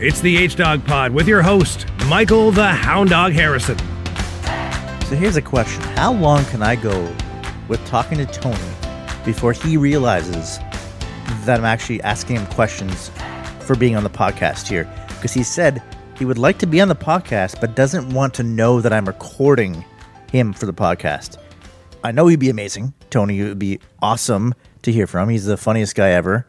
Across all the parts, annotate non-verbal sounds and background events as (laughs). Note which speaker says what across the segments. Speaker 1: It's the H Dog Pod with your host, Michael the Hound Dog Harrison.
Speaker 2: So here's a question How long can I go with talking to Tony before he realizes that I'm actually asking him questions for being on the podcast here? Because he said he would like to be on the podcast, but doesn't want to know that I'm recording him for the podcast. I know he'd be amazing. Tony would be awesome to hear from. He's the funniest guy ever.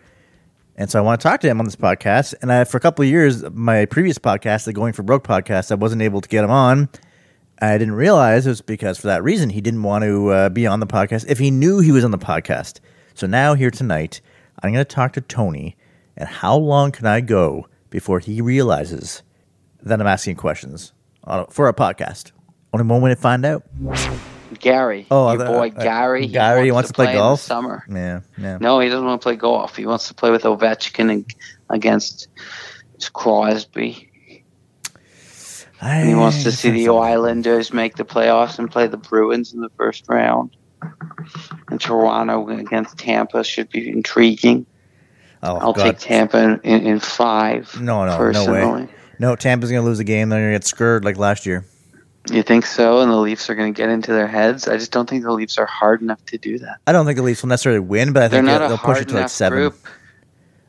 Speaker 2: And so I want to talk to him on this podcast. And I, for a couple of years, my previous podcast, the Going for Broke podcast, I wasn't able to get him on. I didn't realize it was because for that reason he didn't want to uh, be on the podcast if he knew he was on the podcast. So now here tonight, I'm going to talk to Tony. And how long can I go before he realizes that I'm asking questions on, for a podcast? Only one way to find out.
Speaker 3: Gary.
Speaker 2: Oh,
Speaker 3: your
Speaker 2: I-
Speaker 3: boy
Speaker 2: I-
Speaker 3: Gary.
Speaker 2: Gary he wants to play
Speaker 3: in the
Speaker 2: golf?
Speaker 3: summer.
Speaker 2: Yeah, yeah.
Speaker 3: No, he doesn't want to play golf. He wants to play with Ovechkin and against Crosby. And he wants to see the Islanders make the playoffs and play the Bruins in the first round. And Toronto against Tampa should be intriguing.
Speaker 2: Oh,
Speaker 3: I'll
Speaker 2: God.
Speaker 3: take Tampa in, in, in five.
Speaker 2: No, no,
Speaker 3: personally.
Speaker 2: no way. No, Tampa's going to lose the game. They're going to get screwed like last year.
Speaker 3: You think so? And the Leafs are going to get into their heads. I just don't think the Leafs are hard enough to do that.
Speaker 2: I don't think the Leafs will necessarily win, but I
Speaker 3: They're
Speaker 2: think
Speaker 3: not
Speaker 2: they'll,
Speaker 3: a
Speaker 2: they'll
Speaker 3: hard
Speaker 2: push it to
Speaker 3: enough
Speaker 2: like seven.
Speaker 3: group.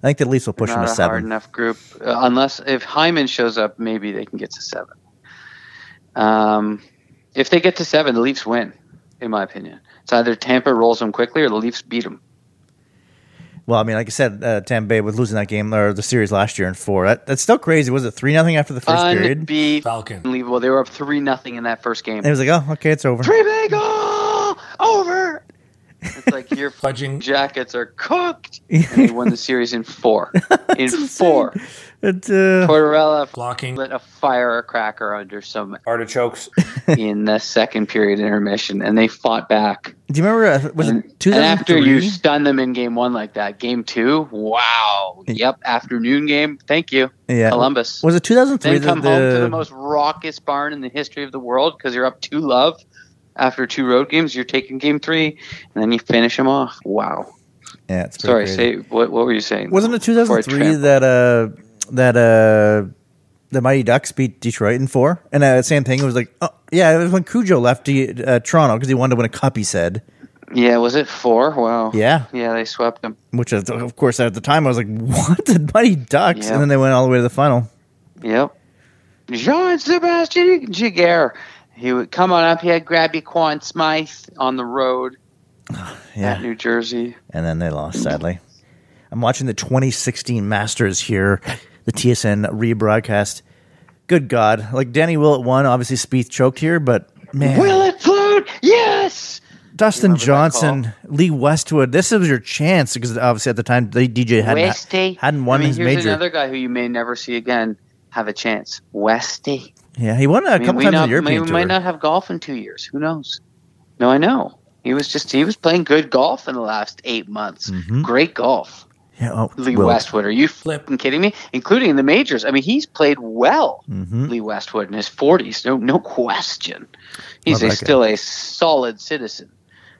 Speaker 2: I think the Leafs will push
Speaker 3: They're
Speaker 2: them to
Speaker 3: not a hard
Speaker 2: seven.
Speaker 3: enough group. Uh, unless if Hyman shows up, maybe they can get to seven. Um, if they get to seven, the Leafs win, in my opinion. It's either Tampa rolls them quickly or the Leafs beat them.
Speaker 2: Well, I mean, like I said, uh, Tampa Bay was losing that game or the series last year in four. That, that's still crazy. Was it three nothing after the
Speaker 3: Uh,
Speaker 2: first period?
Speaker 4: Falcon.
Speaker 3: Unbelievable. They were up three nothing in that first game.
Speaker 2: And it was like, oh, okay, it's over.
Speaker 3: Three big goal over. It's like your
Speaker 4: (laughs) Fudging.
Speaker 3: jackets are
Speaker 2: (laughs)
Speaker 3: cooked, and they won the series in four. In four,
Speaker 2: It, uh,
Speaker 3: Tortorella
Speaker 4: Blocking.
Speaker 3: lit a firecracker under some
Speaker 5: Artichokes.
Speaker 3: in the second period intermission, and they fought back.
Speaker 2: do you remember? uh, Was
Speaker 3: And,
Speaker 2: it two
Speaker 3: and
Speaker 2: thousand
Speaker 3: after you stun them in game one like that, game two, wow. Yep, afternoon game. Thank you,
Speaker 2: Yeah.
Speaker 3: Columbus.
Speaker 2: Was it two thousand three?
Speaker 3: then come home to the most raucous barn in the history of the world because you're up two love. After two road games, you're taking game three, and then you finish them off. Wow.
Speaker 2: Yeah, it's pretty
Speaker 3: Sorry,
Speaker 2: crazy.
Speaker 3: say what? What were you saying?
Speaker 2: Wasn't it two
Speaker 3: Before I
Speaker 2: thousand three
Speaker 3: trample.
Speaker 2: that uh that uh the Mighty Ducks beat Detroit in four? And uh, same thing. It was like, oh yeah, it was when Cujo left uh, Toronto because he wanted to win a cup. He said,
Speaker 3: Yeah, was it four? Wow.
Speaker 2: yeah,
Speaker 3: Yeah, they swept them.
Speaker 2: which is, of course at the time I was like, (laughs) what the Mighty Ducks?
Speaker 3: Yeah.
Speaker 2: And then they went all the way to the final.
Speaker 3: Yep. Jean Sebastian Jaguar. He would come on up. He had Grabby Quan Smythe on the road at
Speaker 2: (sighs) Yeah,
Speaker 3: New Jersey.
Speaker 2: and then they lost sadly. I'm watching the 2016 Masters here, the TSN rebroadcast. Good God! Like Danny Willett won. Obviously, Spieth choked here, but man,
Speaker 3: Will it float? Yes.
Speaker 2: Dustin
Speaker 3: remember that
Speaker 2: Johnson, Lee Westwood. This was your chance because obviously at the time they DJ hadn't
Speaker 3: Westy
Speaker 2: hadn't won
Speaker 3: I mean,
Speaker 2: his
Speaker 3: here's
Speaker 2: major.
Speaker 3: Another guy who you may never see again have a chance. Westy.
Speaker 2: yeah, he won a
Speaker 3: I mean,
Speaker 2: couple
Speaker 3: we,
Speaker 2: times in
Speaker 3: not,
Speaker 2: the European
Speaker 3: we
Speaker 2: tour.
Speaker 3: might not have golf in two years. Who knows? No, I know. He was just he was playing good golf in the last eight months.
Speaker 2: Mm-hmm.
Speaker 3: Great golf.
Speaker 2: yeah, oh,
Speaker 3: Lee
Speaker 2: Willett.
Speaker 3: Westwood. Are you flipping kidding me? Including in the majors. I mean, he's played well,
Speaker 2: Mm-hmm. Hmm?
Speaker 3: Lee Westwood, in his 40s. No, no question. He's
Speaker 2: Love
Speaker 3: a,
Speaker 2: that guy.
Speaker 3: still a solid citizen.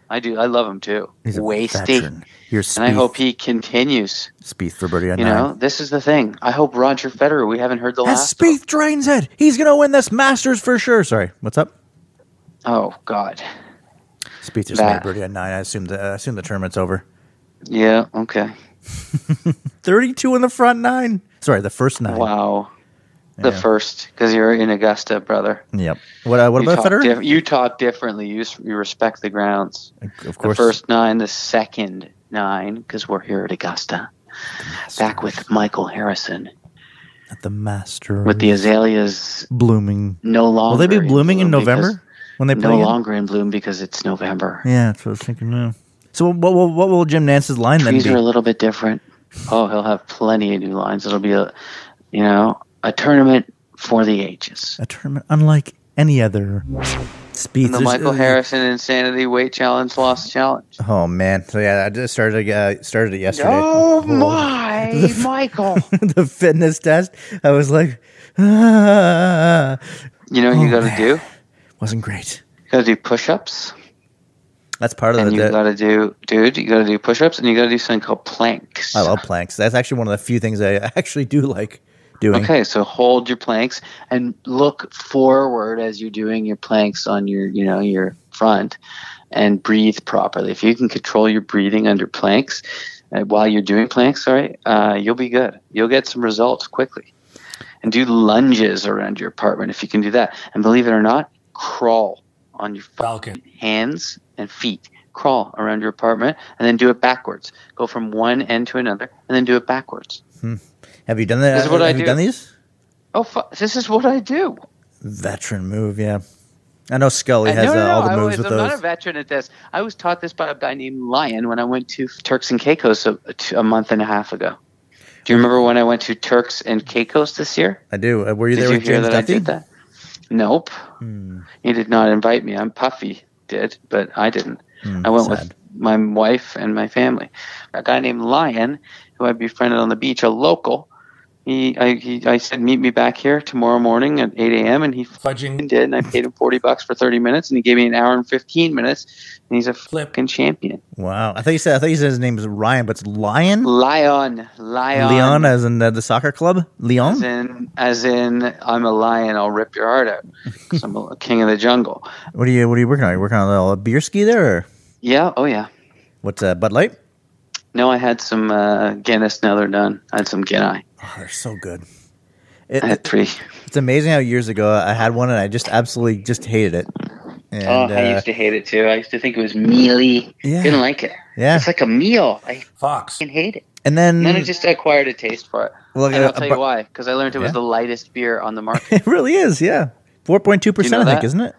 Speaker 3: I do. I love him too.
Speaker 2: He's a
Speaker 3: Wasty.
Speaker 2: veteran. Here's
Speaker 3: And I
Speaker 2: Spieth-
Speaker 3: hope he continues.
Speaker 2: Spieth for birdie on
Speaker 3: You
Speaker 2: nine.
Speaker 3: know, this is the thing. I hope Roger Federer. We haven't heard the
Speaker 2: That's
Speaker 3: last.
Speaker 2: Spieth drains it. He's gonna win this Masters for sure. Sorry, what's up?
Speaker 3: Oh God.
Speaker 2: Spieth just
Speaker 3: That.
Speaker 2: made birdie at nine. I assume the I assume the tournament's over.
Speaker 3: Yeah. Okay.
Speaker 2: Thirty-two in the front nine. Sorry, the first nine.
Speaker 3: Wow. The
Speaker 2: Yeah.
Speaker 3: first, because you're in Augusta, brother.
Speaker 2: Yep. What? Uh, what
Speaker 3: you
Speaker 2: about
Speaker 3: talk
Speaker 2: Federer?
Speaker 3: diff- you talk differently. You, s- you respect the grounds.
Speaker 2: of
Speaker 3: the
Speaker 2: course.
Speaker 3: first nine, the second nine, because we're here at Augusta. Back with Michael Harrison
Speaker 2: At the Masters.
Speaker 3: with the azaleas
Speaker 2: blooming.
Speaker 3: no
Speaker 2: Will
Speaker 3: longer.
Speaker 2: they be blooming in
Speaker 3: bloom because-
Speaker 2: November when they play?
Speaker 3: No
Speaker 2: again?
Speaker 3: longer in bloom because it's November.
Speaker 2: Yeah, that's what I was thinking. Yeah. So what, what, what will Jim Nance's line then
Speaker 3: Trees
Speaker 2: be?
Speaker 3: are a little bit different. Oh, he'll have plenty of new lines. It'll be a, you know, a tournament for the ages.
Speaker 2: A tournament unlike any other. Speed.
Speaker 3: And the Michael Harrison Insanity Weight Challenge Lost Challenge.
Speaker 2: uh, Oh man! So yeah, I just started uh, started it yesterday. Oh,
Speaker 3: my, Michael!
Speaker 2: (laughs) the fitness test. I was like, (laughs) ah.
Speaker 3: You know what you
Speaker 2: Oh,
Speaker 3: got to
Speaker 2: man.
Speaker 3: do?
Speaker 2: wasn't great.
Speaker 3: You got to do push-ups.
Speaker 2: That's part of
Speaker 3: and
Speaker 2: the.
Speaker 3: you
Speaker 2: the-
Speaker 3: gotta do, dude. You gotta do push-ups, and you gotta do something called planks.
Speaker 2: I love planks. That's (laughs) actually one of the few things I actually do like doing.
Speaker 3: Okay, so hold your planks and look forward as you're doing your planks on your, you know, your front and breathe properly. If you can control your breathing under planks uh, while you're doing planks, sorry, uh, you'll be good. You'll get some results quickly. And do lunges around your apartment if you can do that. And believe it or not, crawl on your
Speaker 4: Falcon.
Speaker 3: hands and feet. Crawl around your apartment and then do it backwards. Go from one end to another and then do it backwards.
Speaker 2: Have you done that?
Speaker 3: This is what
Speaker 2: Have
Speaker 3: I
Speaker 2: you
Speaker 3: do.
Speaker 2: done these?
Speaker 3: Oh, fu- this is what I do.
Speaker 2: Veteran move, yeah. I know Scully
Speaker 3: Uh,
Speaker 2: has
Speaker 3: no, no,
Speaker 2: uh,
Speaker 3: no.
Speaker 2: all the
Speaker 3: I
Speaker 2: moves
Speaker 3: was,
Speaker 2: with
Speaker 3: I'm
Speaker 2: those.
Speaker 3: not a veteran at this. I was taught this by a guy named Lion when I went to Turks and Caicos a, a month and a half ago. Do you remember when I went to Turks and Caicos this year?
Speaker 2: I do. Uh, Were you
Speaker 3: Did
Speaker 2: there
Speaker 3: you
Speaker 2: with
Speaker 3: hear
Speaker 2: James
Speaker 3: that
Speaker 2: Duffy? Hmm.
Speaker 3: I did that? Nope. He did not invite me. I'm Puffy did, but I didn't. I went
Speaker 2: Hmm, sad.
Speaker 3: with my wife and my family. A guy named Lion, who I befriended on the beach, a local. He, I, he, I said, meet me back here tomorrow morning at 8 a.m. And he
Speaker 4: Fudging.
Speaker 3: did, and I paid him forty bucks for thirty minutes, and he gave me an hour and fifteen minutes, and he's a
Speaker 4: Flip.
Speaker 3: flipping champion.
Speaker 2: Wow. I thought you said I thought you said his name was Ryan, but it's Lion.
Speaker 3: Lion, lion,
Speaker 2: Leon, as in the, the soccer club.
Speaker 3: as
Speaker 2: Leon.
Speaker 3: in, as in, I'm a lion. I'll rip your heart out. 'cause I'm a king of the jungle.
Speaker 2: What are you What are you working on? you working on a little beer ski there, or
Speaker 3: Yeah, oh yeah.
Speaker 2: what's uh, Bud Light?
Speaker 3: No, I had some uh, Guinness. Now they're done. I had some Guinness.
Speaker 2: Oh, they're so good. It,
Speaker 3: I had
Speaker 2: it-
Speaker 3: three.
Speaker 2: it's amazing how years ago I had one and I just absolutely just hated it. And,
Speaker 3: oh, I
Speaker 2: uh,
Speaker 3: used to hate it too. I used to think it was mealy.
Speaker 2: Yeah.
Speaker 3: Didn't like it.
Speaker 2: Yeah.
Speaker 3: It's like a meal. I
Speaker 4: Fox.
Speaker 3: fucking hate it.
Speaker 2: and then,
Speaker 3: And then I just acquired a taste for it.
Speaker 2: Mm. Well,
Speaker 3: and
Speaker 2: uh,
Speaker 3: I'll tell
Speaker 2: but-
Speaker 3: you why. Because I learned it was
Speaker 2: Yeah?
Speaker 3: the lightest beer on the market.
Speaker 2: (laughs) it really is, yeah, four point two
Speaker 3: You know
Speaker 2: percent, I think,
Speaker 3: that?
Speaker 2: isn't it?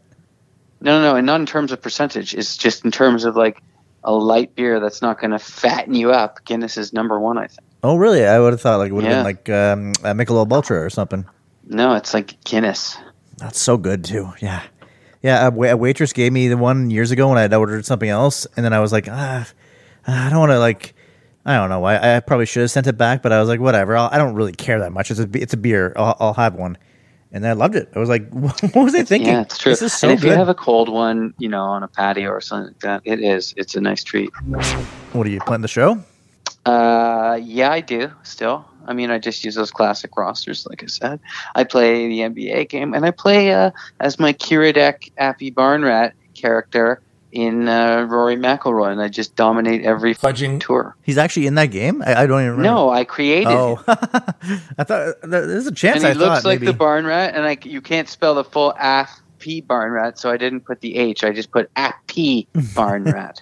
Speaker 3: No, no, no, and not in terms of percentage. It's just in terms of like a light beer that's not going to fatten you up. Guinness is number one, I think.
Speaker 2: Oh, really? I would have thought like it would have
Speaker 3: Yeah.
Speaker 2: been like um, a Michelob Ultra or something.
Speaker 3: No, it's like Guinness.
Speaker 2: That's so good too. Yeah, yeah. A, wa- a waitress gave me the one years ago when I had ordered something else, and then I was like, ah, I don't want to like. I don't know. I, I probably should have sent it back, but I was like, whatever. I'll, I don't really care that much. It's a, be- it's a beer. I'll, I'll have one. And I loved it. I was like, (laughs) what was I thinking?
Speaker 3: Yeah, it's true.
Speaker 2: This is so
Speaker 3: and if
Speaker 2: good.
Speaker 3: you have a cold one, you know, on a patio or something like that, it is. It's a nice treat.
Speaker 2: what are you playing the show?
Speaker 3: Uh, yeah, I do still. I mean, I just use those classic rosters, like I said. I play the NBA game, and I play uh, as my Kiradek Appy Barnrat character in uh, Rory McIlroy, and I just dominate every
Speaker 4: Fudging.
Speaker 3: tour.
Speaker 2: He's actually in that game. I, I don't even remember.
Speaker 3: No, I created it.
Speaker 2: Oh, (laughs) I thought uh, there's a chance.
Speaker 3: and he
Speaker 2: I
Speaker 3: looks
Speaker 2: thought
Speaker 3: like
Speaker 2: maybe.
Speaker 3: the barn rat, and I, you can't spell the full P barn rat, so I didn't put the H. I just put P
Speaker 2: (laughs)
Speaker 3: barn rat.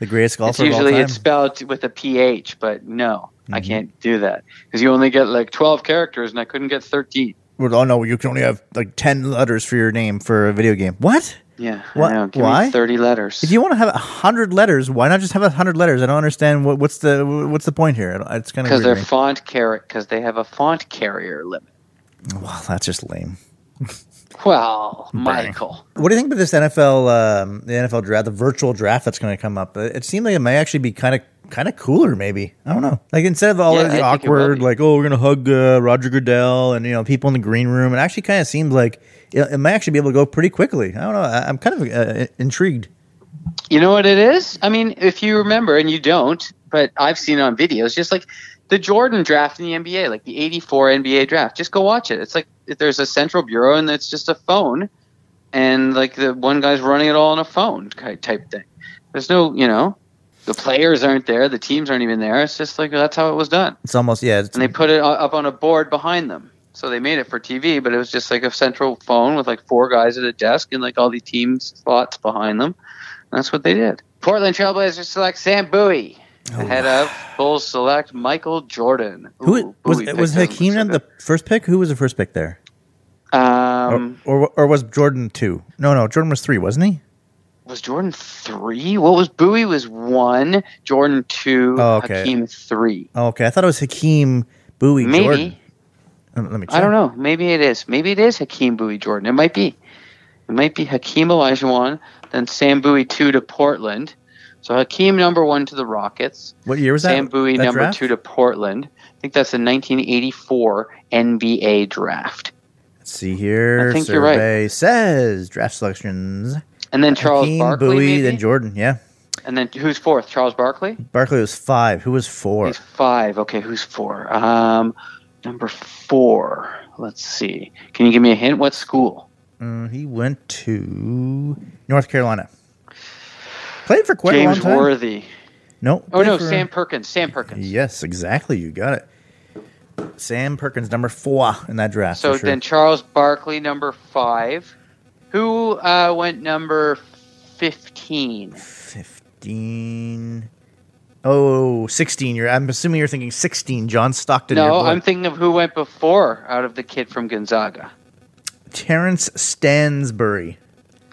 Speaker 2: the greatest
Speaker 3: it's
Speaker 2: golfer of all
Speaker 3: usually
Speaker 2: time. Mm-hmm.
Speaker 3: it's spelled with a PH, but no, I can't do that because you only get like twelve characters, and I couldn't get thirteen.
Speaker 2: Well, oh no, you can only have like ten letters for your name for a video game. What?
Speaker 3: Yeah, I
Speaker 2: Wha-
Speaker 3: know. Give me
Speaker 2: why?
Speaker 3: Thirty letters.
Speaker 2: If you want to have a hundred letters, why not just have a hundred letters? I don't understand what, what's the what's the point here. I don't- It's kind of
Speaker 3: because
Speaker 2: weird
Speaker 3: they're
Speaker 2: to me.
Speaker 3: font carrot because they have a font carrier limit.
Speaker 2: well, that's just lame.
Speaker 3: Well, Michael,
Speaker 2: What do you think about this NFL um, the NFL draft, the virtual draft that's going to come up? It it seemed like it may actually be kind of kind of cooler. Maybe I don't know. Like instead of all
Speaker 3: Yeah,
Speaker 2: of the
Speaker 3: I think it will
Speaker 2: awkward,
Speaker 3: be.
Speaker 2: like oh we're going to hug uh, Roger Goodell and you know people in the green room, it actually kind of seems like it, it might actually be able to go pretty quickly. I don't know. I, I'm kind of uh, intrigued.
Speaker 3: you know what it is? I mean, if you remember, and you don't, but I've seen it on videos, just like the Jordan draft in the NBA, like the 84 NBA draft. Just go watch it. It's like if there's a central bureau and it's just a phone, and like the one guy's running it all on a phone ki- type thing. There's no, you know, the players aren't there, the teams aren't even there. It's just like that's how it was done.
Speaker 2: It's almost yeah. It's,
Speaker 3: And they put it u- up on a board behind them. So they made it for TV, but it was just like a central phone with like four guys at a desk and like all the team spots behind them. And that's what they did. Portland Trailblazers select Sam Bowie. Ahead of Bulls select Michael Jordan.
Speaker 2: who
Speaker 3: Ooh,
Speaker 2: was
Speaker 3: Bowie
Speaker 2: was
Speaker 3: picked him.
Speaker 2: Hakeem the first pick? Who was the first pick there?
Speaker 3: Um,
Speaker 2: or or was Jordan two? No, no, Jordan was three, wasn't he? Oh.
Speaker 3: was Jordan three? What was Bowie was one, Jordan two,
Speaker 2: Oh, okay.
Speaker 3: Hakeem three.
Speaker 2: Oh, okay, I thought it was Hakeem Bowie
Speaker 3: Maybe.
Speaker 2: Jordan. Um, Let me. Check.
Speaker 3: I don't know. Maybe it is. Maybe it is Hakeem Bowie Jordan. It might be. It might be Hakeem Olajuwon, then Sam Bowie two to Portland. So Hakeem number one to the Rockets,
Speaker 2: What year was that?
Speaker 3: Sam Bowie
Speaker 2: that
Speaker 3: number
Speaker 2: draft?
Speaker 3: two to Portland. I think that's the 1984 NBA draft.
Speaker 2: Let's see here.
Speaker 3: I think you're right.
Speaker 2: survey says draft selections.
Speaker 3: And then Charles
Speaker 2: Hakeem
Speaker 3: Barkley,
Speaker 2: Bowie,
Speaker 3: maybe?
Speaker 2: then Jordan. Yeah,
Speaker 3: and then who's fourth? Charles Barkley.
Speaker 2: Barkley was five. Who was four?
Speaker 3: He's five. Okay, who's four? Um, Number four. Let's see. Can you give me a hint? What school?
Speaker 2: Uh, he went to North Carolina. Played for quite
Speaker 3: James
Speaker 2: a long time.
Speaker 3: Worthy.
Speaker 2: No.
Speaker 3: Oh
Speaker 2: played
Speaker 3: no,
Speaker 2: for-
Speaker 3: Sam Perkins. Sam Perkins.
Speaker 2: Yes, exactly. You got it. Sam Perkins, number four in that draft.
Speaker 3: So
Speaker 2: for sure.
Speaker 3: then Charles Barkley, number five, who uh, went number fifteen.
Speaker 2: 15. Oh, 16. You're, I'm assuming you're thinking 16. John Stockton. your
Speaker 3: No,
Speaker 2: boy.
Speaker 3: I'm thinking of who went before out of the kid from Gonzaga.
Speaker 2: Terrence Stansbury.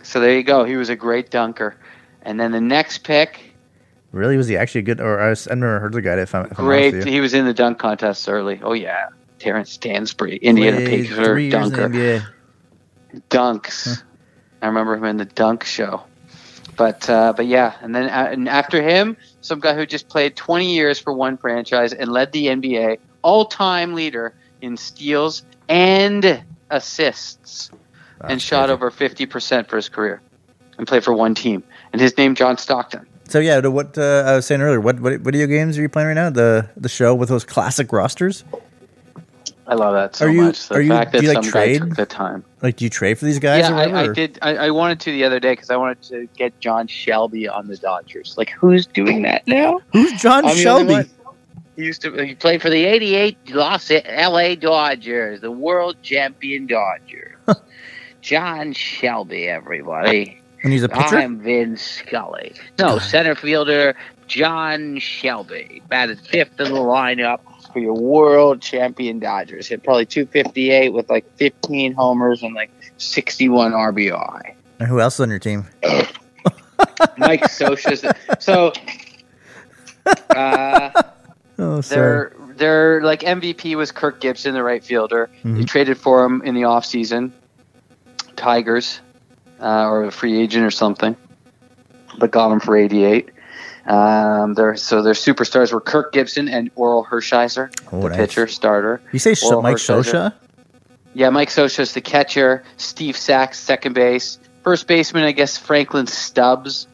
Speaker 3: So there you go. He was a great dunker. And then the next pick,
Speaker 2: Really? Was he actually a good? Or I was, I've never heard of the guy. If I'm, if I'm honest
Speaker 3: great.
Speaker 2: with you.
Speaker 3: He was in the dunk contest early. Oh yeah, Terrence Stansbury, Indiana
Speaker 2: Played three
Speaker 3: Pacer
Speaker 2: years in the
Speaker 3: dunker,
Speaker 2: NBA.
Speaker 3: dunks. I remember him in the dunk show. But uh, but yeah, and then uh, and after him, some guy who just played 20 years for one franchise and led the NBA all-time leader in steals and assists, and
Speaker 2: That's
Speaker 3: shot
Speaker 2: crazy.
Speaker 3: over 50% for his career, and played for one team. And his name John Stockton.
Speaker 2: So yeah, to what uh, I was saying earlier. What, what video games are you playing right now? The the show with those classic rosters.
Speaker 3: I love that so
Speaker 2: Are you-
Speaker 3: much. The
Speaker 2: are you-
Speaker 3: fact that
Speaker 2: do you,
Speaker 3: some
Speaker 2: like,
Speaker 3: guy
Speaker 2: trade?
Speaker 3: took the time.
Speaker 2: Like, do you trade for these guys?
Speaker 3: yeah,
Speaker 2: or whatever,
Speaker 3: I, I
Speaker 2: or-
Speaker 3: did. I, I wanted to the other day because I wanted to get John Shelby on the Dodgers. Like, who's doing that now?
Speaker 2: Who's John
Speaker 3: I'm the only
Speaker 2: Shelby?
Speaker 3: one. He used to he played for the '88 Los L.A. Dodgers, the world champion Dodgers. John Shelby, everybody.
Speaker 2: And he's a pitcher.
Speaker 3: I'm Vin Scully.
Speaker 2: (laughs)
Speaker 3: No, center fielder John Shelby batted fifth in the lineup for your world champion Dodgers. Hit probably 258 with like 15 homers and like 61 RBI.
Speaker 2: And who else is on your team?
Speaker 3: Mike Socha.
Speaker 2: (laughs)
Speaker 3: So uh,
Speaker 2: Oh, sorry.
Speaker 3: their their like MVP was Kirk Gibson, the right fielder. They
Speaker 2: Mhm.
Speaker 3: traded for him in the offseason. Tigers, uh, or a free agent or something, but got him for eighty eight. Um, their so their superstars were Kirk Gibson and Oral Hershiser,
Speaker 2: Oh,
Speaker 3: the
Speaker 2: nice.
Speaker 3: pitcher starter.
Speaker 2: You say Sh-
Speaker 3: Oral
Speaker 2: Mike
Speaker 3: Hershiser.
Speaker 2: Sosha?
Speaker 3: Yeah, Mike Socha's the catcher. Steve Sachs, second base. First baseman, I guess, Franklin Stubbs.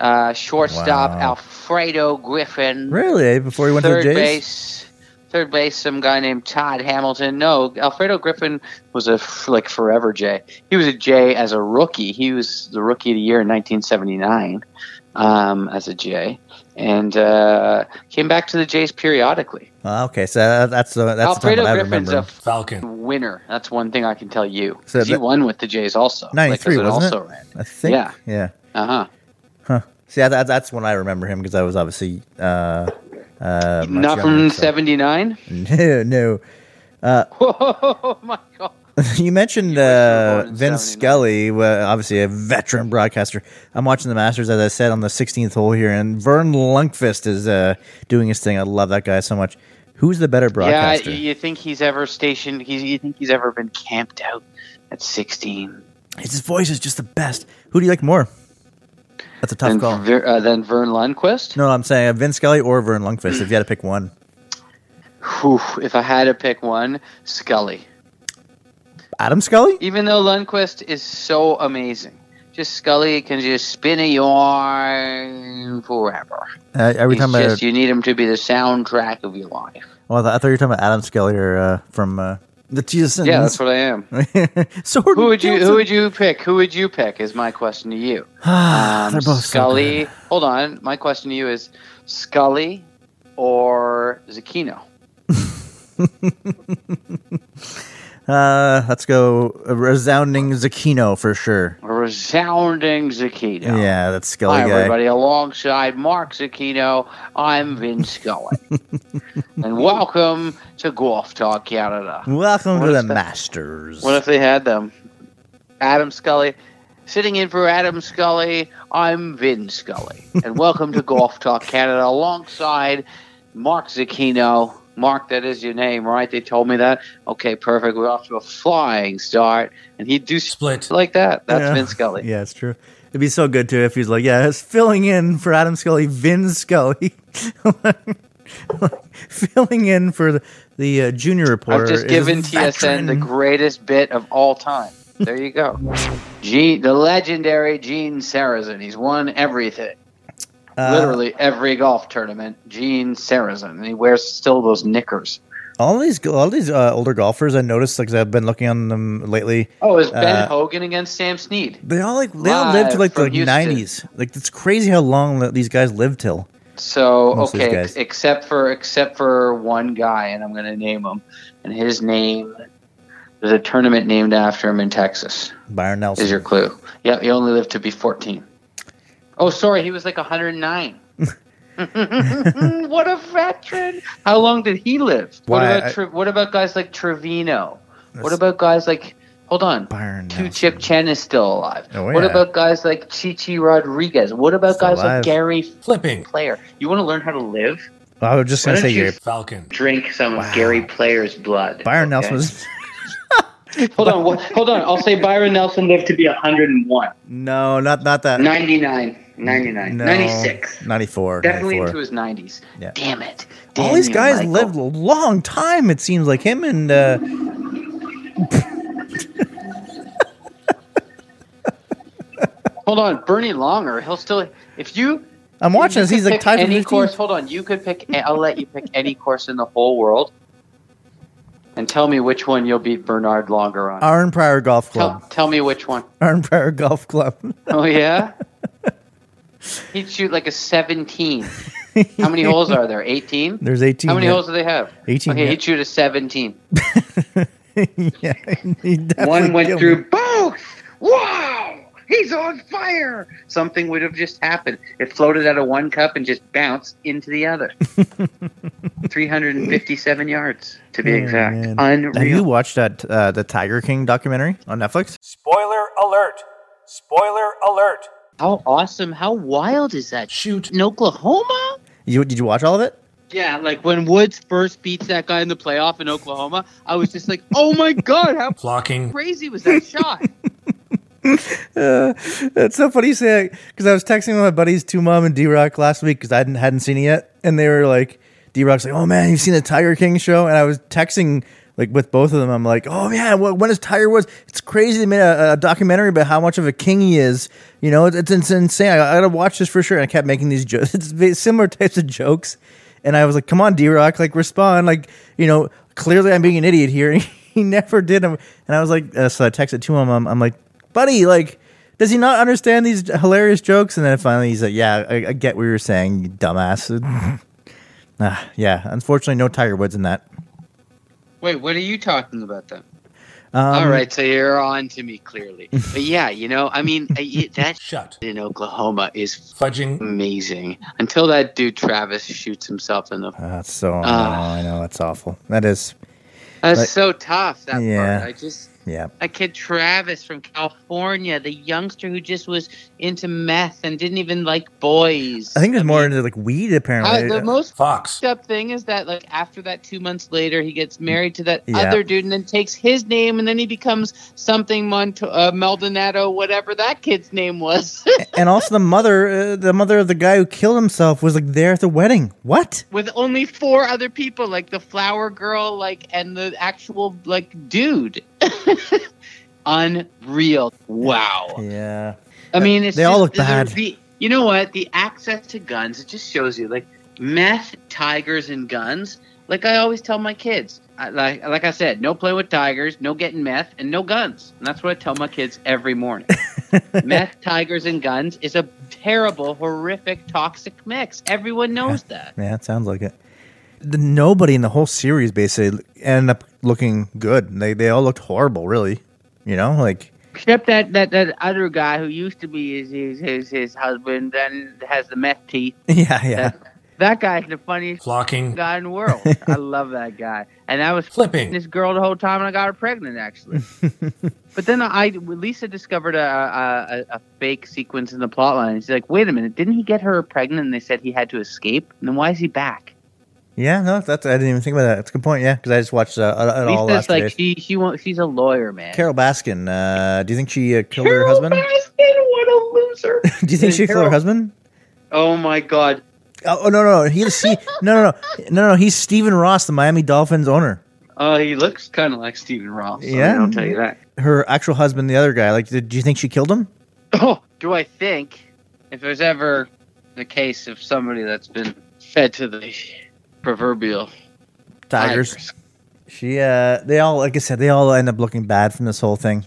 Speaker 3: Uh, shortstop,
Speaker 2: Wow.
Speaker 3: Alfredo Griffin.
Speaker 2: Really? Eh, Before he went
Speaker 3: third
Speaker 2: to the Jays.
Speaker 3: base, third base, some guy named Todd Hamilton. No, Alfredo Griffin was a f- like forever Jay. He was a Jay as a rookie. He was the rookie of the year in 1979 um, as a Jay, and uh, came back to the Jays periodically.
Speaker 2: Ah, okay, so that- that's the that's the time
Speaker 3: Alfredo
Speaker 2: that I
Speaker 3: Griffin's
Speaker 2: remember.
Speaker 3: a
Speaker 2: him.
Speaker 3: f-
Speaker 4: Falcon.
Speaker 3: winner. That's one thing I can tell you.
Speaker 2: So
Speaker 3: 'Cause he
Speaker 2: that-
Speaker 3: won with the Jays also. like, as
Speaker 2: 93,
Speaker 3: an
Speaker 2: wasn't it?
Speaker 3: also ran.
Speaker 2: I think.
Speaker 3: yeah.
Speaker 2: Yeah.
Speaker 3: Uh huh.
Speaker 2: Huh. See, that, that's when I remember him because I was obviously uh, uh, much
Speaker 3: Not
Speaker 2: younger,
Speaker 3: from
Speaker 2: so-
Speaker 3: '79.
Speaker 2: No, (laughs) no.
Speaker 3: (laughs) Whoa, my God.
Speaker 2: You mentioned
Speaker 3: were
Speaker 2: uh,
Speaker 3: born in
Speaker 2: Vince
Speaker 3: 79.
Speaker 2: Scully, well, obviously a veteran broadcaster. I'm watching the Masters, as I said, on the 16th hole here, and Vern Lundqvist is uh, doing his thing. I love that guy so much. Who's the better broadcaster?
Speaker 3: Yeah, you think he's ever stationed? He's, you think he's ever been camped out at 16?
Speaker 2: His voice is just the best. Who do you like more? That's a tough
Speaker 3: Then,
Speaker 2: call.
Speaker 3: Ver, uh, then Vern Lundquist?
Speaker 2: no, I'm saying uh, Vince Scully or Vern Lundqvist. if you had to pick one,
Speaker 3: Whew, if I had to pick one, Scully.
Speaker 2: Adam Scully.
Speaker 3: Even though Lundquist is so amazing, just Scully can just spin a yarn forever.
Speaker 2: Uh, are we
Speaker 3: He's
Speaker 2: talking about?
Speaker 3: just, you need him to be the soundtrack of
Speaker 2: (laughs)
Speaker 3: your life.
Speaker 2: well, I thought you were talking about Adam Scully or uh, from uh, the Jesus.
Speaker 3: Yeah, that's what I am.
Speaker 2: (laughs) Sword
Speaker 3: Who
Speaker 2: and
Speaker 3: would you
Speaker 2: Johnson.
Speaker 3: Who would you pick? Who would you pick? Is my question to you.
Speaker 2: (sighs)
Speaker 3: Um,
Speaker 2: They're both so
Speaker 3: Scully.
Speaker 2: good.
Speaker 3: hold on. My question to you is Scully or Zucchino?
Speaker 2: Uh, let's go a resounding Zucchino for sure.
Speaker 3: A resounding
Speaker 2: Yeah,
Speaker 3: Zucchino.
Speaker 2: that's Scully
Speaker 3: Hi,
Speaker 2: guy.
Speaker 3: everybody. Alongside Mark Zucchino, I'm
Speaker 2: (laughs)
Speaker 3: Vin Scully. and welcome to Golf Talk Canada.
Speaker 2: Welcome
Speaker 3: What
Speaker 2: to the
Speaker 3: if that-
Speaker 2: Masters.
Speaker 3: What if they had them? Adam Scully. Sitting in for Adam Scully, I'm Vin (laughs) Scully. And welcome to Golf Talk Canada alongside Mark Zucchino. Mark, that is your name, right? They told me that. Okay, perfect. We're off to a flying start. And he'd do s-
Speaker 4: Split.
Speaker 3: like that. That's
Speaker 2: Yeah.
Speaker 3: Vin Scully.
Speaker 2: Yeah, it's true. It'd be so good too if he's like, yeah, it's filling in for Adam Scully, Vin Scully, (laughs) filling in for the, the uh, junior reporter.
Speaker 3: I've just
Speaker 2: is
Speaker 3: given
Speaker 2: a
Speaker 3: TSN the
Speaker 2: veteran.
Speaker 3: greatest bit of all time. There you go. Gene, the legendary Gene Sarazen. He's won everything.
Speaker 2: Uh,
Speaker 3: Literally every golf tournament, Gene Sarazen. And he wears still those knickers.
Speaker 2: All these all these uh, older golfers I noticed, like 'cause I've been looking on them lately.
Speaker 3: Oh, is Ben
Speaker 2: Uh,
Speaker 3: Hogan against Sam Snead?
Speaker 2: They all like they all live to
Speaker 3: Live
Speaker 2: like the
Speaker 3: from Houston.
Speaker 2: nineties. Like it's crazy how long that these guys live till.
Speaker 3: So
Speaker 2: Most of these
Speaker 3: okay,
Speaker 2: guys.
Speaker 3: except for except for one guy, and I'm going to name him. And his name there's a tournament named after him in Texas.
Speaker 2: Byron Nelson.
Speaker 3: Is your clue? Yep, he only lived to be 14. Oh, sorry, he was like 109. (laughs) what a veteran! How long did he live?
Speaker 2: Why,
Speaker 3: what
Speaker 2: I-
Speaker 3: about Tre- what about guys like Trevino? What
Speaker 2: That's-
Speaker 3: about guys like? Hold on.
Speaker 2: Byron
Speaker 3: Two
Speaker 2: Nelson.
Speaker 3: Chip Chen is still alive.
Speaker 2: Oh,
Speaker 3: What
Speaker 2: yeah.
Speaker 3: about guys like Chichi Rodriguez? What about
Speaker 2: Still
Speaker 3: guys
Speaker 2: alive.
Speaker 3: like Gary
Speaker 4: Flipping.
Speaker 3: Player? You want to learn how to live?
Speaker 2: I was just gonna
Speaker 3: Why
Speaker 2: say
Speaker 3: don't you
Speaker 2: your
Speaker 4: Falcon.
Speaker 3: drink some
Speaker 2: Wow.
Speaker 3: of Gary Player's blood.
Speaker 2: Byron
Speaker 3: okay?
Speaker 2: Nelson was
Speaker 3: (laughs)
Speaker 2: (laughs)
Speaker 3: Hold on, wha- hold on. I'll say Byron Nelson lived to be 101,
Speaker 2: No, not not that
Speaker 3: 99, 99,
Speaker 2: no,
Speaker 3: 96.
Speaker 2: 94,
Speaker 3: Definitely
Speaker 2: 94.
Speaker 3: into his 90s.
Speaker 2: Yeah.
Speaker 3: Damn it.
Speaker 2: All
Speaker 3: Damn
Speaker 2: these
Speaker 3: you,
Speaker 2: guys
Speaker 3: Michael.
Speaker 2: lived a long time, it seems like him and uh
Speaker 3: Hold on, Bernie Longer. He'll still. If you.
Speaker 2: I'm watching
Speaker 3: you
Speaker 2: this, he's
Speaker 3: could
Speaker 2: like
Speaker 3: pick
Speaker 2: tied for
Speaker 3: any
Speaker 2: 15th.
Speaker 3: course. Hold on, you could pick. I'll let you pick any course in the whole world, and tell me which one you'll beat Bernard Longer on.
Speaker 2: Iron Prior Golf
Speaker 3: Tell,
Speaker 2: Club.
Speaker 3: tell me which one.
Speaker 2: Iron Prior Golf Club. (laughs)
Speaker 3: Oh yeah. He'd shoot like
Speaker 2: (laughs)
Speaker 3: a seventeen. How many holes are there? Eighteen.
Speaker 2: There's 18.
Speaker 3: How many
Speaker 2: yeah.
Speaker 3: holes do they have?
Speaker 2: 18,
Speaker 3: Okay,
Speaker 2: yeah.
Speaker 3: he'd shoot a seventeen.
Speaker 2: (laughs) yeah, he definitely
Speaker 3: One went
Speaker 2: killed
Speaker 3: through
Speaker 2: me.
Speaker 3: both. Wow, he's on fire. Something would have just happened. It floated out of one cup and just bounced into the
Speaker 2: (laughs)
Speaker 3: other. Three hundred and fifty-seven yards, to be
Speaker 2: Oh,
Speaker 3: exact.
Speaker 2: man. Have you
Speaker 3: Unreal.
Speaker 2: watched that uh, the Tiger King documentary on Netflix?
Speaker 4: Spoiler alert. Spoiler alert.
Speaker 3: How awesome! How wild is that?
Speaker 4: Shoot.
Speaker 3: in Oklahoma.
Speaker 2: You did you watch all of it?
Speaker 3: Yeah, like when Woods first beats that guy in the playoff in Oklahoma, I was just like, "Oh my god, how
Speaker 4: Flocking.
Speaker 3: crazy was
Speaker 2: (laughs)
Speaker 3: that shot?"
Speaker 2: Uh, it's so funny you say because I was texting with my buddies, Two Mom and D Rock, last week because I hadn't, hadn't seen it yet, and they were like, D Rock's like, "Oh man, you've seen the Tiger King show?" And I was texting like with both of them. I'm like, "Oh man, wh- when is Tiger Woods? It's crazy. They made a, a documentary about how much of a king he is. You know, it's, it's, it's insane. I, I gotta watch this for sure." And I kept making these jokes, (laughs) it's ve- similar types of jokes, and I was like, "Come on, D Rock, like respond, like you know." Clearly, I'm being an idiot here. (laughs) he never did. And I was like, uh, so I texted to him. I'm, I'm like, buddy, like, does he not understand these hilarious jokes? And then finally he's like, yeah, I, I get what you're saying, you
Speaker 3: (laughs)
Speaker 2: dumbass. Ah, yeah, unfortunately, no Tiger Woods in that.
Speaker 3: Wait, what are you talking about then?
Speaker 2: Um,
Speaker 3: All right, so you're on to
Speaker 2: (laughs)
Speaker 3: me clearly. But yeah, you know, I mean, I- it- that shot
Speaker 4: Shut.
Speaker 3: in Oklahoma is
Speaker 4: Fudging.
Speaker 3: amazing. Until that dude Travis shoots himself in the.
Speaker 2: That's so. I know,
Speaker 3: Ah.
Speaker 2: I know that's awful. That is.
Speaker 3: That's
Speaker 2: Like-
Speaker 3: so tough. That
Speaker 2: Yeah.
Speaker 3: part. I just.
Speaker 2: Yeah.
Speaker 3: That kid Travis from California, the youngster who just was into meth and didn't even like boys.
Speaker 2: I think it's
Speaker 3: mean,
Speaker 2: more into like weed
Speaker 3: I-
Speaker 2: apparently.
Speaker 3: the most
Speaker 4: Fox.
Speaker 3: fucked up thing is that like after that two months later he gets married to that
Speaker 2: Yeah.
Speaker 3: other dude and then takes his name and then he becomes something Mont- uh, Maldonado whatever that kid's name was
Speaker 2: (laughs) and also the mother, uh, the mother of the guy who killed himself was like there at the wedding. What?
Speaker 3: with only four other people like the flower girl like and the actual like
Speaker 2: (laughs)
Speaker 3: dude unreal wow
Speaker 2: Yeah.
Speaker 3: I mean it's
Speaker 2: They all
Speaker 3: just-
Speaker 2: look
Speaker 3: the-
Speaker 2: bad.
Speaker 3: the- you know what the access to guns it just shows you like meth tigers and guns like I always tell my kids, I, like like I said, no play with tigers, no getting meth, and no guns. And that's what I tell my kids every
Speaker 2: (laughs)
Speaker 3: morning. meth, tigers, and guns is a terrible, horrific, toxic mix. Everyone knows that.
Speaker 2: Yeah, it sounds like it. The, nobody in the whole series basically ended up looking good. They they all looked horrible, really. You know, like (laughs)
Speaker 3: Except that, that that other guy who used to be his his his, his husband, then has the meth teeth.
Speaker 2: yeah, yeah.
Speaker 3: That guy's the funniest
Speaker 4: Flocking.
Speaker 3: guy in the world.
Speaker 4: (laughs)
Speaker 3: I love that guy. And I was
Speaker 4: Flipping.
Speaker 3: this girl the whole time, and I got her
Speaker 2: (laughs)
Speaker 3: pregnant actually. but then I Lisa discovered a, a a- a fake sequence in the plot line. She's like, wait a minute, didn't he get her pregnant? And they said he had to escape. And then why is he back?
Speaker 2: Yeah, no, that's I didn't even think about that. That's a good point. Yeah, because I just watched uh, it all last
Speaker 3: Lisa's like
Speaker 2: days.
Speaker 3: she she won't, she's a lawyer, man.
Speaker 2: Carol Baskin. Uh, do you think she uh, killed her
Speaker 3: Carol
Speaker 2: husband?
Speaker 3: Baskin, what a loser!
Speaker 2: (laughs) do you think she killed her
Speaker 3: Carol-
Speaker 2: husband?
Speaker 3: (laughs) oh my god,
Speaker 2: Oh, oh, no, no, no. He's she, (laughs) no, no, no, no, no. He's Stephen Ross, the Miami Dolphins owner.
Speaker 3: Oh, he looks kind of like Stephen Ross.
Speaker 2: Yeah.
Speaker 3: Yeah, I'll tell you that. (clears throat)
Speaker 2: Her actual husband, the other guy. Like, did, do you think she killed him?
Speaker 3: Oh, do I think if there's ever the case of somebody that's been fed to the proverbial
Speaker 2: Tigers.
Speaker 3: tigers,
Speaker 2: She, uh, they all, like I said, they all end up looking bad from this whole thing.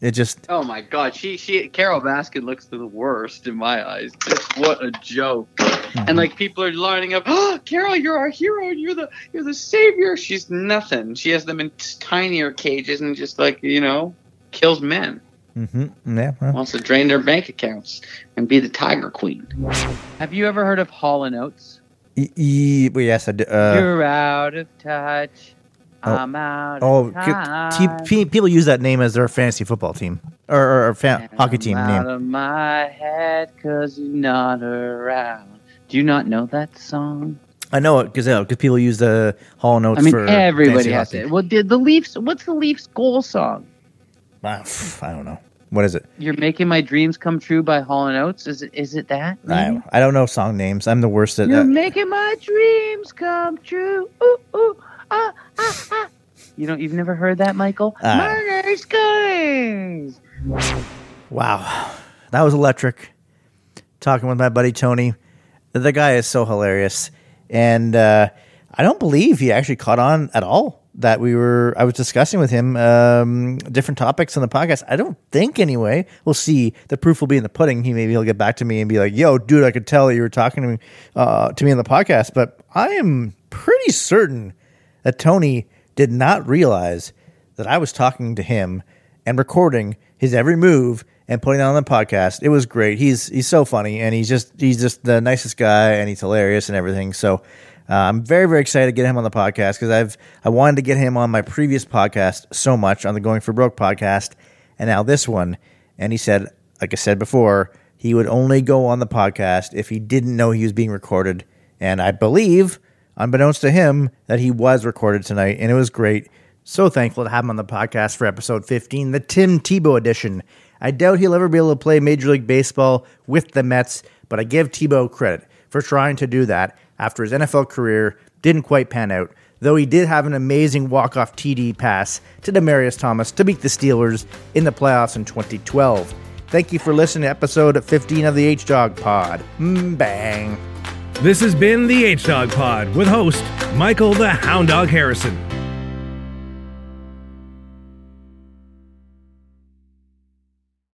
Speaker 2: It just,
Speaker 3: Oh my god, she she Carol Baskin looks the worst in my eyes. Just what a joke. And like people are lining up, oh Carol, you're our hero and you're the you're the savior. She's nothing. She has them in tinier cages and just like, you know, kills men.
Speaker 2: hmm yeah. well,
Speaker 3: Wants to drain their bank accounts and be the tiger queen. Have you ever heard of Hall and Oates?
Speaker 2: e- e- well, yes, I do. Uh,
Speaker 3: you're out of touch.
Speaker 2: Oh.
Speaker 3: I'm out
Speaker 2: oh,
Speaker 3: of touch.
Speaker 2: c- t- pe- people use that name as their fantasy football team or, or, or fa- hockey team
Speaker 3: I'm out
Speaker 2: name.
Speaker 3: of my head 'cause you're not around. Do you not know that song?
Speaker 2: I know it because people use the Hall Notes
Speaker 3: I mean,
Speaker 2: for
Speaker 3: everybody
Speaker 2: fantasy
Speaker 3: has
Speaker 2: hockey.
Speaker 3: it. Well, did the Leafs? What's the Leafs' goal song?
Speaker 2: Wow, pff, (sighs) I don't know. What is it?
Speaker 3: "You're Making My Dreams Come True" by Hall and Oates. Is it? Is it that?
Speaker 2: I,
Speaker 3: maybe?
Speaker 2: don't, I don't know song names. I'm the worst at
Speaker 3: You're
Speaker 2: that.
Speaker 3: making my dreams come true. Ooh ooh ah ah ah. You don't. You've never heard that, Michael?
Speaker 2: Ah.
Speaker 3: Murder's Guns.
Speaker 2: Wow, that was electric. Talking with my buddy Tony, the guy is so hilarious, and uh, I don't believe he actually caught on at all that we were. I was discussing with him um, different topics on the podcast. I don't think anyway. We'll see. The proof will be in the pudding. He maybe he'll get back to me and be like, "Yo, dude, I could tell that you were talking to me uh, to me on the podcast," but I am pretty certain that Tony did not realize that I was talking to him and recording his every move and putting it on the podcast. It was great. He's he's so funny and he's just he's just the nicest guy and he's hilarious and everything. So uh, I'm very very excited to get him on the podcast because I've I wanted to get him on my previous podcast so much on the Going for Broke podcast and now this one. And he said, like I said before, he would only go on the podcast if he didn't know he was being recorded. And I believe, unbeknownst to him, that he was recorded tonight, and it was great. So thankful to have him on the podcast for episode 15, the Tim Tebow edition. I doubt he'll ever be able to play Major League Baseball with the Mets, but I give Tebow credit for trying to do that after his NFL career didn't quite pan out, though he did have an amazing walk-off TD pass to Demarius Thomas to beat the Steelers in the playoffs in 2012. Thank you for listening to episode 15 of the H-Dog Pod. Mm, bang.
Speaker 1: This has been the H Dog Pod with host Michael the Hound Dog Harrison.